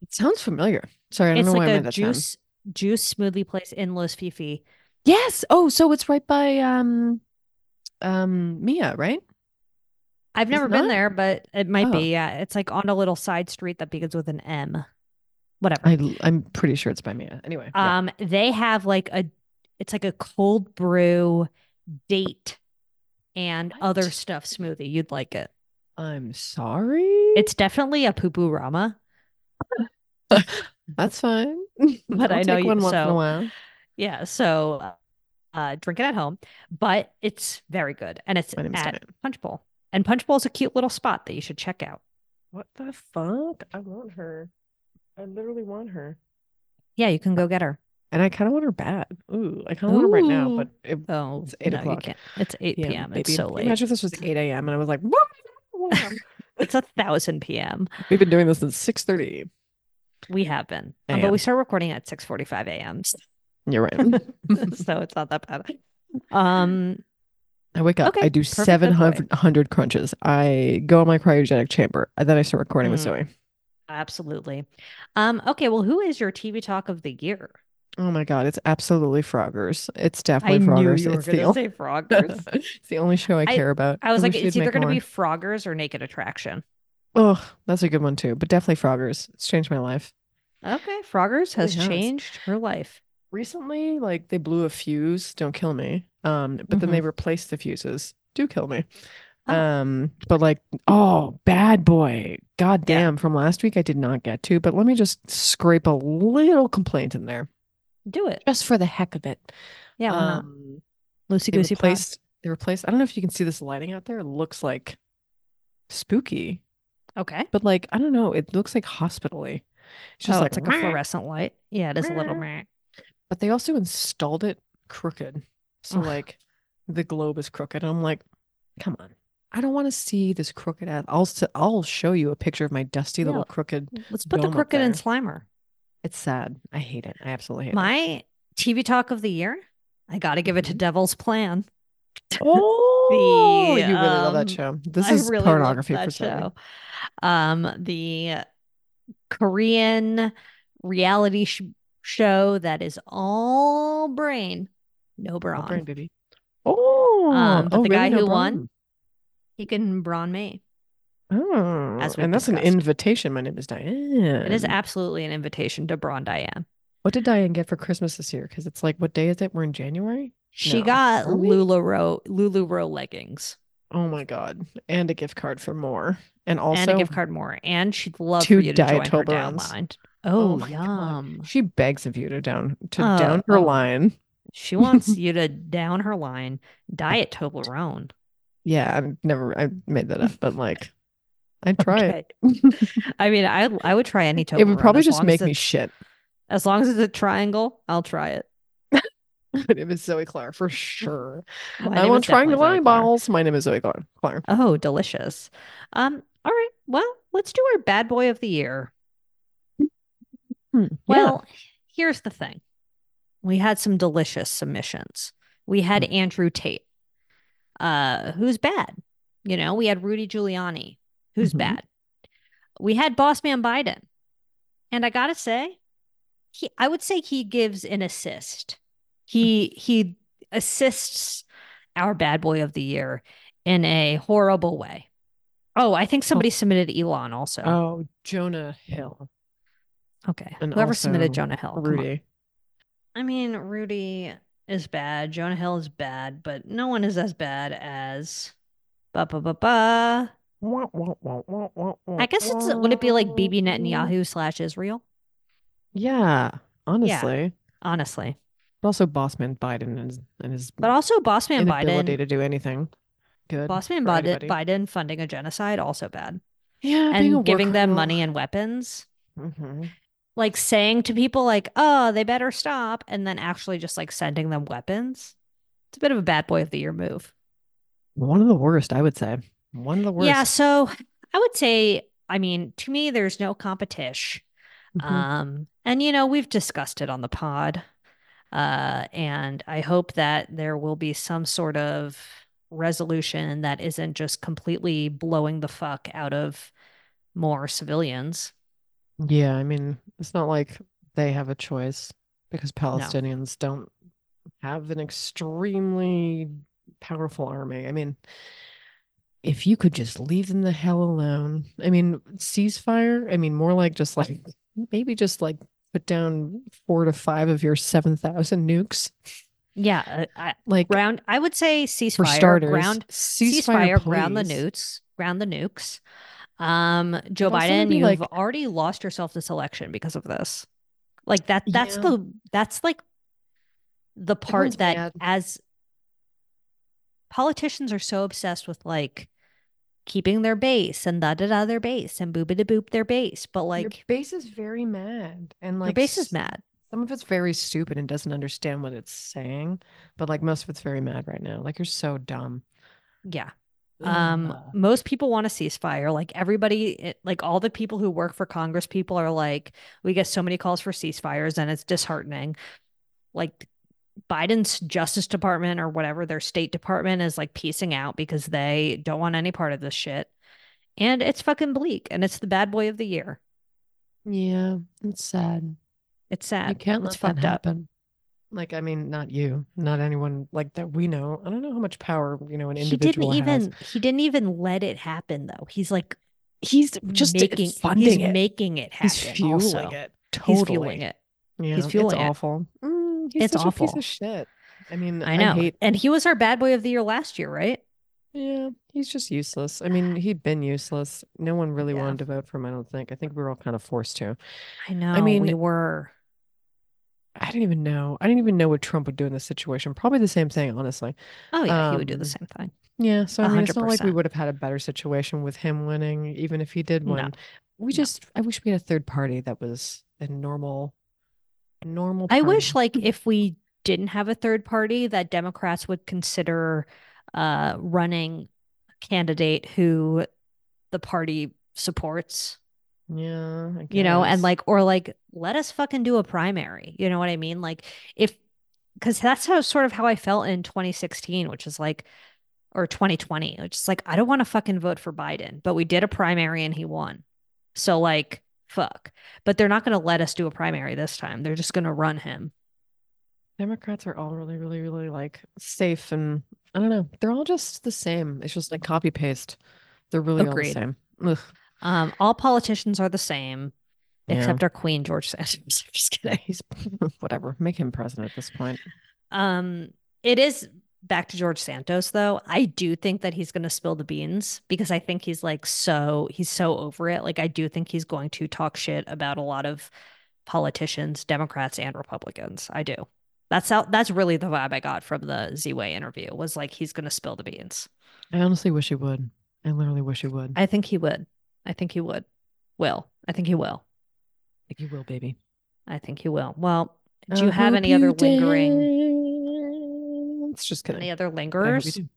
Speaker 4: it sounds familiar. Sorry, I don't
Speaker 2: It's
Speaker 4: know why
Speaker 2: like
Speaker 4: I
Speaker 2: a
Speaker 4: made that sound.
Speaker 2: juice juice smoothie place in Los Fifi.
Speaker 4: Yes. Oh, so it's right by um um Mia, right?
Speaker 2: I've
Speaker 4: Is
Speaker 2: never
Speaker 4: it
Speaker 2: been
Speaker 4: not?
Speaker 2: there, but it might
Speaker 4: Oh.
Speaker 2: be. Yeah, it's like on a little side street that begins with an M. Whatever.
Speaker 4: I I'm pretty sure it's by Mia. Anyway. yeah.
Speaker 2: Um, they have like a, it's like a cold brew date and other
Speaker 4: What?
Speaker 2: stuff smoothie. You'd like it.
Speaker 4: I'm sorry.
Speaker 2: It's definitely a poo poo rama.
Speaker 4: That's fine.
Speaker 2: But
Speaker 4: I'll
Speaker 2: I know
Speaker 4: take
Speaker 2: you-
Speaker 4: one once in a
Speaker 2: so-
Speaker 4: while.
Speaker 2: Yeah. So, uh, drink it at home, but it's very good. And it's
Speaker 4: My name's
Speaker 2: at
Speaker 4: Diane.
Speaker 2: Punch Bowl. And Punch Bowl is a cute little spot that you should check out.
Speaker 4: What the fuck? I want her. I literally want her.
Speaker 2: Yeah, you can go get her.
Speaker 4: And I kind of want her bad. Ooh, I kind of want her right now,
Speaker 2: Ooh.
Speaker 4: but it,
Speaker 2: Oh,
Speaker 4: It's eight
Speaker 2: no, you
Speaker 4: o'clock.
Speaker 2: can't. It's 8
Speaker 4: yeah,
Speaker 2: p.m. It's
Speaker 4: baby.
Speaker 2: so late.
Speaker 4: Imagine if this was 8 a.m. and I was like, "What?"
Speaker 2: It's a thousand p.m.
Speaker 4: We've been doing this since 6:30.
Speaker 2: We have been, Um, but
Speaker 4: AM.
Speaker 2: we start recording at 6:45 a.m.
Speaker 4: You're right.
Speaker 2: so it's not that bad. Um,
Speaker 4: I wake up.
Speaker 2: Okay,
Speaker 4: I do
Speaker 2: perfect, that's
Speaker 4: seven
Speaker 2: all right.
Speaker 4: hundred crunches. I go in my cryogenic chamber, and then I start recording with
Speaker 2: Mm.
Speaker 4: Zoe.
Speaker 2: absolutely. Um, okay, well, who is your TV talk of the year?
Speaker 4: Oh my god, it's absolutely Froggers. It's definitely
Speaker 2: I knew
Speaker 4: Froggers.
Speaker 2: you were
Speaker 4: it's the
Speaker 2: going to
Speaker 4: only,
Speaker 2: say Froggers.
Speaker 4: it's the only show I,
Speaker 2: I-
Speaker 4: care about.
Speaker 2: I was like,
Speaker 4: wish they'd
Speaker 2: it's either
Speaker 4: make
Speaker 2: going to
Speaker 4: more.
Speaker 2: be Froggers or Naked Attraction.
Speaker 4: Oh, that's a good one too. But definitely Froggers. It's changed my life.
Speaker 2: Okay, Froggers
Speaker 4: really
Speaker 2: has
Speaker 4: has.
Speaker 2: changed her life.
Speaker 4: Recently, like they blew a fuse. Don't kill me. Um, but then they replaced the fuses. Do kill me.
Speaker 2: Oh.
Speaker 4: Um, but like, oh, bad boy. God
Speaker 2: Yeah.
Speaker 4: damn. From last week, I did not get to. But let me just scrape a little complaint in there,
Speaker 2: Do it,
Speaker 4: just for the heck of it.
Speaker 2: yeah. why not?
Speaker 4: um,
Speaker 2: Loosey
Speaker 4: they
Speaker 2: goosey pod.
Speaker 4: replaced. They replaced. I don't know if you can see this lighting out there. It looks like spooky,
Speaker 2: Okay.
Speaker 4: but like I don't know. It looks like hospitally. It's just
Speaker 2: oh,
Speaker 4: like,
Speaker 2: it's like a fluorescent light. Yeah, it is a little. meh.
Speaker 4: but they also installed it crooked. So
Speaker 2: Ugh.
Speaker 4: like the globe is crooked. And I'm like, come on. I don't want to see this crooked ass. I'll s- I'll show you a picture of my dusty
Speaker 2: Yeah.
Speaker 4: little crooked.
Speaker 2: Let's put the
Speaker 4: dome up
Speaker 2: crooked in
Speaker 4: there.
Speaker 2: Slimer.
Speaker 4: It's sad. I hate it. I absolutely hate it.
Speaker 2: My TV talk of the year, I got to give it
Speaker 4: Mm-hmm.
Speaker 2: to Devil's Plan.
Speaker 4: Oh,
Speaker 2: The,
Speaker 4: you really love
Speaker 2: um,
Speaker 4: that show. This
Speaker 2: I
Speaker 4: is
Speaker 2: really loved
Speaker 4: pornography
Speaker 2: that
Speaker 4: for sure.
Speaker 2: show. Um, the Korean reality sh- show that is all brain, no brawn.
Speaker 4: Brain baby. Oh,
Speaker 2: Um, but
Speaker 4: oh,
Speaker 2: the
Speaker 4: really?
Speaker 2: guy
Speaker 4: No
Speaker 2: who won?
Speaker 4: problem.
Speaker 2: He can brawn me.
Speaker 4: Oh,
Speaker 2: as we've
Speaker 4: and that's an
Speaker 2: discussed.
Speaker 4: invitation. My name is Diane.
Speaker 2: It is absolutely an invitation to brawn Diane.
Speaker 4: What did Diane get for Christmas this year? Because it's like, what day is it? We're in January.
Speaker 2: She
Speaker 4: No.
Speaker 2: got
Speaker 4: Are we?
Speaker 2: Lululemon Lululemon leggings
Speaker 4: Oh my god! And a gift card for more, and also
Speaker 2: and a gift card more, and she'd love
Speaker 4: two
Speaker 2: for you to join
Speaker 4: Diet
Speaker 2: her
Speaker 4: Toblerones.
Speaker 2: downline.
Speaker 4: Oh
Speaker 2: Oh,
Speaker 4: my God.
Speaker 2: yum!
Speaker 4: She begs of you to down to
Speaker 2: Oh,
Speaker 4: down her
Speaker 2: oh.
Speaker 4: line.
Speaker 2: She wants you to down her line, diet Toblerone.
Speaker 4: Yeah, I've never I made that up, but like, I'd try it.
Speaker 2: I mean, I I would try any Toblerone.
Speaker 4: it would probably
Speaker 2: as
Speaker 4: just
Speaker 2: long as
Speaker 4: make me
Speaker 2: it's-
Speaker 4: shit.
Speaker 2: as long as it's a triangle, I'll try it.
Speaker 4: But it was Zoe Clark for sure.
Speaker 2: My
Speaker 4: I'm
Speaker 2: name
Speaker 4: on
Speaker 2: is
Speaker 4: trying
Speaker 2: definitely
Speaker 4: to
Speaker 2: Zoe
Speaker 4: line
Speaker 2: Clark.
Speaker 4: balls. My name is Zoe Clark. Clark.
Speaker 2: Oh, delicious. Um, all right. Well, let's do our bad boy of the year.
Speaker 4: Hmm, yeah.
Speaker 2: Well, here's the thing. We had some delicious submissions. We had
Speaker 4: Mm-hmm.
Speaker 2: Andrew Tate, uh, who's bad. You know, we had Rudy Giuliani, who's
Speaker 4: Mhm.
Speaker 2: bad. We had boss man Biden. And I gotta say, he I would say he gives an assist. He
Speaker 4: Mm-hmm.
Speaker 2: he assists our bad boy of the year in a horrible way. Oh, I think somebody submitted Elon also.
Speaker 4: oh, Jonah Hill,
Speaker 2: Okay.
Speaker 4: And
Speaker 2: Whoever submitted
Speaker 4: also
Speaker 2: Jonah Hill. Oh, come on.
Speaker 4: Rudy.
Speaker 2: I mean, Rudy is bad. Jonah Hill is bad, but no one is as bad as ba ba ba ba. I
Speaker 4: I
Speaker 2: guess it's would it be like Bibi Netanyahu slash Israel?
Speaker 4: Yeah, honestly.
Speaker 2: Honestly.
Speaker 4: But also Bossman Biden and his, and his
Speaker 2: But also Bossman
Speaker 4: inability
Speaker 2: Biden
Speaker 4: to do anything good.
Speaker 2: Bossman
Speaker 4: for
Speaker 2: Biden,
Speaker 4: anybody.
Speaker 2: Biden funding a genocide also bad.
Speaker 4: yeah, being a war
Speaker 2: And giving them
Speaker 4: criminal.
Speaker 2: money and weapons.
Speaker 4: Mhm.
Speaker 2: Like saying to people like, oh, they better stop, and then actually just like sending them weapons. It's a bit of a bad boy of the year move.
Speaker 4: One of the worst, I would say. One of the worst.
Speaker 2: Yeah, so I would say, I mean, to me, there's no competition.
Speaker 4: Mhm.
Speaker 2: Um, and you know, we've discussed it on the pod. Uh, and I hope that there will be some sort of resolution that isn't just completely blowing the fuck out of more civilians.
Speaker 4: Yeah, I mean, it's not like they have a choice because Palestinians don't have an extremely powerful army. I mean, if you could just leave them the hell alone. I mean, ceasefire, I mean, more like just like maybe just like put down four to five of your 7,000 nukes.
Speaker 2: Yeah, uh, I,
Speaker 4: Like,
Speaker 2: ground. I would say ceasefire.
Speaker 4: for starters,
Speaker 2: ground
Speaker 4: ceasefire,
Speaker 2: ceasefire. ground the
Speaker 4: please.
Speaker 2: nukes. Ground the nukes. Um, Joe
Speaker 4: But also
Speaker 2: Biden,
Speaker 4: maybe,
Speaker 2: you've
Speaker 4: like-
Speaker 2: already lost yourself this election because of this. Like that. That's
Speaker 4: Yeah.
Speaker 2: the. That's like the part
Speaker 4: Everyone's
Speaker 2: that
Speaker 4: mad.
Speaker 2: as politicians are so obsessed with like keeping their base and da da da their base and booba da boop their base, but
Speaker 4: Your
Speaker 2: like
Speaker 4: base is very mad and
Speaker 2: your
Speaker 4: like
Speaker 2: base is
Speaker 4: s-
Speaker 2: mad.
Speaker 4: Some of it's very stupid and doesn't understand what it's saying, but like most of it's very mad right now. Like you're so dumb.
Speaker 2: Yeah. Um, most people want a ceasefire. Like everybody, it- like all the people who work for Congress people are like, we get so many calls for ceasefires and it's disheartening. Like Biden's Justice Department or whatever their State Department is like piecing out because they don't want any part of this shit. And it's fucking bleak and it's the bad boy of the year.
Speaker 4: yeah, it's sad.
Speaker 2: It's
Speaker 4: You
Speaker 2: sad.
Speaker 4: can't
Speaker 2: It's
Speaker 4: let that
Speaker 2: fucked up.
Speaker 4: happen. Like, I mean, not you, not anyone like that we know. I don't know how much power, you know, an
Speaker 2: He didn't
Speaker 4: individual has.
Speaker 2: even he didn't even let it happen though. He's like
Speaker 4: He's just
Speaker 2: making he's
Speaker 4: funding it.
Speaker 2: making it happen.
Speaker 4: he's fueling
Speaker 2: also.
Speaker 4: it. Totally.
Speaker 2: He's fueling it.
Speaker 4: Yeah,
Speaker 2: fueling
Speaker 4: it's
Speaker 2: it.
Speaker 4: awful. Mm, he's
Speaker 2: It's
Speaker 4: such a piece
Speaker 2: awful.
Speaker 4: of shit. I mean,
Speaker 2: I know.
Speaker 4: hate
Speaker 2: and he was our bad boy of the year last year, right?
Speaker 4: Yeah, he's just useless. I mean, he'd been useless. No one really
Speaker 2: Yeah.
Speaker 4: wanted to vote for him, I don't think. I think we were all kind of forced to.
Speaker 2: I know.
Speaker 4: mean-
Speaker 2: we were.
Speaker 4: I didn't even know. I didn't even know what Trump would do in this situation. Probably the same thing, honestly.
Speaker 2: Oh yeah, he would do the
Speaker 4: Um,
Speaker 2: same thing.
Speaker 4: Yeah, so I mean, it's not like we
Speaker 2: 100%.
Speaker 4: would have had a better situation with him winning, even if he did
Speaker 2: No,
Speaker 4: win. We
Speaker 2: no.
Speaker 4: just, I wish we had a third party that was a normal, a normal
Speaker 2: I wish,
Speaker 4: party.
Speaker 2: like, if we didn't have a third party, that Democrats would consider uh, running a candidate who the party supports,
Speaker 4: yeah, I
Speaker 2: you know, and
Speaker 4: guess.
Speaker 2: like, or like, let us fucking do a primary. You know what I mean? Like, if because that's how sort of how I felt in 2016, which is like, or 2020, which is like, I don't want to fucking vote for Biden, but we did a primary and he won. So, like, fuck. But they're not going to let us do a primary this time. They're just going to run him.
Speaker 4: Democrats are all really, really, really like safe and I don't know. They're all just the same. It's just like copy paste. They're really all
Speaker 2: Agreed.
Speaker 4: the same. Ugh.
Speaker 2: Um, all politicians are the same,
Speaker 4: Yeah.
Speaker 2: except our queen, George Sanders. I'm just kidding.
Speaker 4: He's whatever. Make him president at this point.
Speaker 2: Um, it is back to George Santos, though. I do think that he's going to spill the beans because I think he's like so he's so over it. Like I do think he's going to talk shit about a lot of politicians, Democrats and Republicans. I do. That's how. That's really the vibe I got from the Z-Way interview. Was like he's going to spill the beans.
Speaker 4: I honestly wish he would. I literally wish he would. I
Speaker 2: I think he would. I think he would. Will. I think he will.
Speaker 4: think he will, baby.
Speaker 2: I think he will. Well, do you have any other lingering?
Speaker 4: It's just
Speaker 2: Any
Speaker 4: kidding.
Speaker 2: other
Speaker 4: I, hope
Speaker 2: lingerers?
Speaker 4: you do.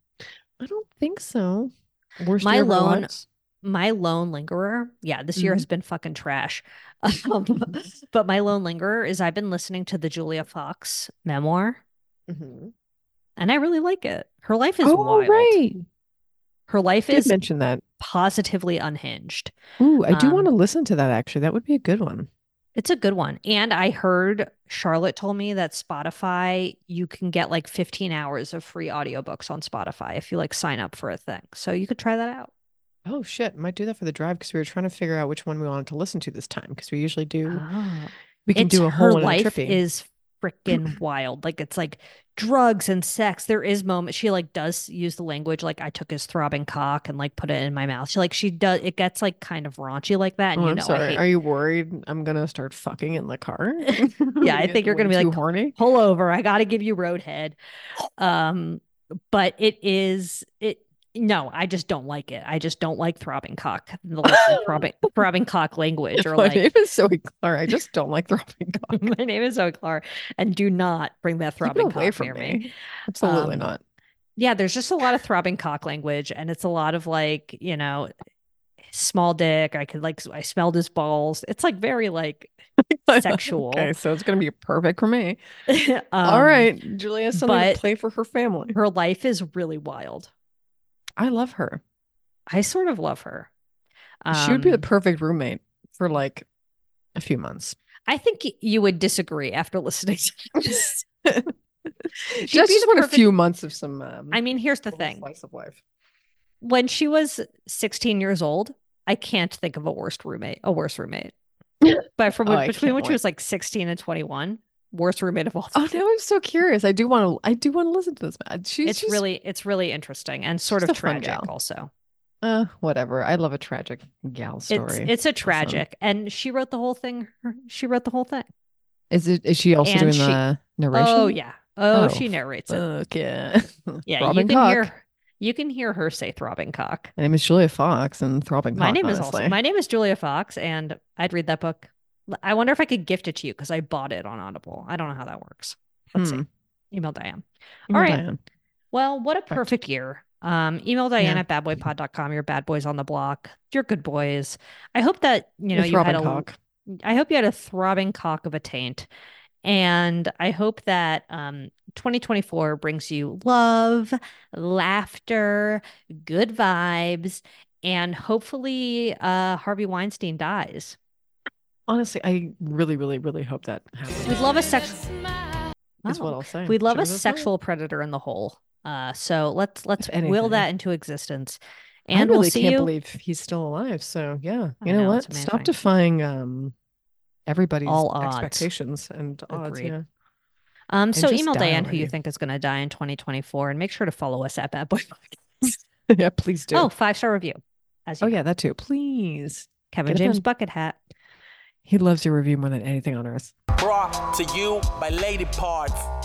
Speaker 4: I don't think so. Worst
Speaker 2: My
Speaker 4: year of our
Speaker 2: lone-
Speaker 4: lives?
Speaker 2: my lone lingerer yeah this year
Speaker 4: Mhm.
Speaker 2: has been fucking trash um, but my lone lingerer is i've been listening to the julia fox memoir
Speaker 4: Mhm.
Speaker 2: and i really like it her life is
Speaker 4: Oh,
Speaker 2: Mm-hmm. wild
Speaker 4: right.
Speaker 2: her life
Speaker 4: Did
Speaker 2: is
Speaker 4: mention that.
Speaker 2: positively unhinged
Speaker 4: Ooh, I do want to
Speaker 2: Um,
Speaker 4: listen to that actually. That would be a good one.
Speaker 2: it's a good one and i heard charlotte told me that spotify you can get like 15 hours of free audiobooks on spotify if you like sign up for a thing so you could try that out
Speaker 4: Oh shit, might do that for the drive because we were trying to figure out which one we wanted to listen to this time because we usually do we can
Speaker 2: Uh, it's
Speaker 4: do a
Speaker 2: her
Speaker 4: whole one
Speaker 2: life
Speaker 4: and a trippy.
Speaker 2: is freaking wild. Like it's like drugs and sex. There is moments she like does use the language like I took his throbbing cock and like put it in my mouth. She like she does it gets like kind of raunchy like that. And
Speaker 4: oh,
Speaker 2: you
Speaker 4: I'm
Speaker 2: know, I
Speaker 4: sorry.
Speaker 2: hate-
Speaker 4: Are you worried I'm gonna start fucking in the car?
Speaker 2: Yeah, I
Speaker 4: Get
Speaker 2: think you're gonna
Speaker 4: way
Speaker 2: be
Speaker 4: too
Speaker 2: like,
Speaker 4: horny.
Speaker 2: pull over. I gotta give you roadhead. Um, but it is it no, I just don't like it. I just don't like throbbing cock. The like, throbbing throbbing cock language or
Speaker 4: My
Speaker 2: like
Speaker 4: name is Zoe Clark. I just don't like throbbing cock.
Speaker 2: my name is O'Clar and do not bring that
Speaker 4: Keep it
Speaker 2: throbbing
Speaker 4: away
Speaker 2: cock
Speaker 4: from
Speaker 2: near
Speaker 4: me. Absolutely
Speaker 2: Um,
Speaker 4: not.
Speaker 2: yeah, there's just a lot of throbbing cock language, and it's a lot of like, you know, small dick. I could like, I smelled his balls. It's like very like sexual.
Speaker 4: Okay, so it's gonna be perfect for me.
Speaker 2: um,
Speaker 4: All right, Julia has something
Speaker 2: but-
Speaker 4: to play for her family.
Speaker 2: her life is really wild.
Speaker 4: I love her.
Speaker 2: I sort of love her.
Speaker 4: she would be the
Speaker 2: Um,
Speaker 4: perfect roommate for like a few months.
Speaker 2: I think y- you would disagree after listening to this.
Speaker 4: That's
Speaker 2: be
Speaker 4: just
Speaker 2: the
Speaker 4: what
Speaker 2: perfect-
Speaker 4: a few months of some. Um,
Speaker 2: I mean, here's the
Speaker 4: little
Speaker 2: thing.
Speaker 4: slice of life.
Speaker 2: When she was 16 years old, I can't think of a worst roommate, a worse roommate. But from
Speaker 4: Oh,
Speaker 2: when,
Speaker 4: I
Speaker 2: between
Speaker 4: can't
Speaker 2: when she
Speaker 4: wait.
Speaker 2: was like 16 and 21, worst roommate of all time.
Speaker 4: Oh, now I'm so curious. I do want to. I do want to listen to this. man. She's
Speaker 2: it's
Speaker 4: just-
Speaker 2: really it's really interesting and sort
Speaker 4: she's
Speaker 2: of
Speaker 4: a fun
Speaker 2: tragic
Speaker 4: gal.
Speaker 2: also.
Speaker 4: uh, whatever. I love a tragic gal story.
Speaker 2: It's it's a tragic and she wrote the whole thing. her- She wrote the whole thing.
Speaker 4: is it? Is she also
Speaker 2: and
Speaker 4: doing
Speaker 2: she-
Speaker 4: the narration?
Speaker 2: Oh yeah. Oh,
Speaker 4: Oh,
Speaker 2: she narrates it.
Speaker 4: Fuck yeah.
Speaker 2: Yeah,
Speaker 4: Robin
Speaker 2: you can
Speaker 4: Cock.
Speaker 2: hear you can hear her say throbbing cock.
Speaker 4: My name is Julia Fox and Throbbing
Speaker 2: my
Speaker 4: Cock,
Speaker 2: name is
Speaker 4: honestly.
Speaker 2: also my name is Julia Fox, and I'd read that book. L- I wonder if I could gift it to you because I bought it on Audible. I don't know how that works. Let's
Speaker 4: Hmm.
Speaker 2: see. Email Diane.
Speaker 4: Well
Speaker 2: All right.
Speaker 4: done.
Speaker 2: Well, what a perfect year. Um, email Diane
Speaker 4: Yeah.
Speaker 2: at badboypod.com, your bad boys on the block, your good boys. I hope that you know
Speaker 4: With
Speaker 2: you had a
Speaker 4: Robin Cock.
Speaker 2: I hope you had a throbbing cock of a taint. And I hope that um, 2024 brings you love, laughter, good vibes, and hopefully uh, Harvey Weinstein dies.
Speaker 4: Honestly, I really, really, really hope that happens.
Speaker 2: We'd love a sex.
Speaker 4: is what
Speaker 2: Wow.
Speaker 4: I'll say.
Speaker 2: We'd love
Speaker 4: Should
Speaker 2: a
Speaker 4: we move on?
Speaker 2: sexual predator in the hole. Uh, so let's let's
Speaker 4: If
Speaker 2: will
Speaker 4: anything.
Speaker 2: that into existence,
Speaker 4: I
Speaker 2: and
Speaker 4: really
Speaker 2: we'll see
Speaker 4: can't
Speaker 2: you.
Speaker 4: believe he's still alive. So yeah,
Speaker 2: I
Speaker 4: you know,
Speaker 2: know, it's
Speaker 4: what? Stop
Speaker 2: amazing.
Speaker 4: defying um everybody's
Speaker 2: All odds.
Speaker 4: expectations and odds.
Speaker 2: Agreed.
Speaker 4: Yeah.
Speaker 2: um, so
Speaker 4: just
Speaker 2: email
Speaker 4: die
Speaker 2: Diane who you
Speaker 4: already.
Speaker 2: think is going to die in 2024, and make sure to follow us at Bad Boy.
Speaker 4: yeah, please do.
Speaker 2: Oh, five star review. As you
Speaker 4: Oh, yeah, that too. Please.
Speaker 2: Kevin
Speaker 4: Get it
Speaker 2: James
Speaker 4: done.
Speaker 2: Bucket Hat.
Speaker 4: He loves your review more than anything on earth.
Speaker 1: Brought to you by Lady Parts.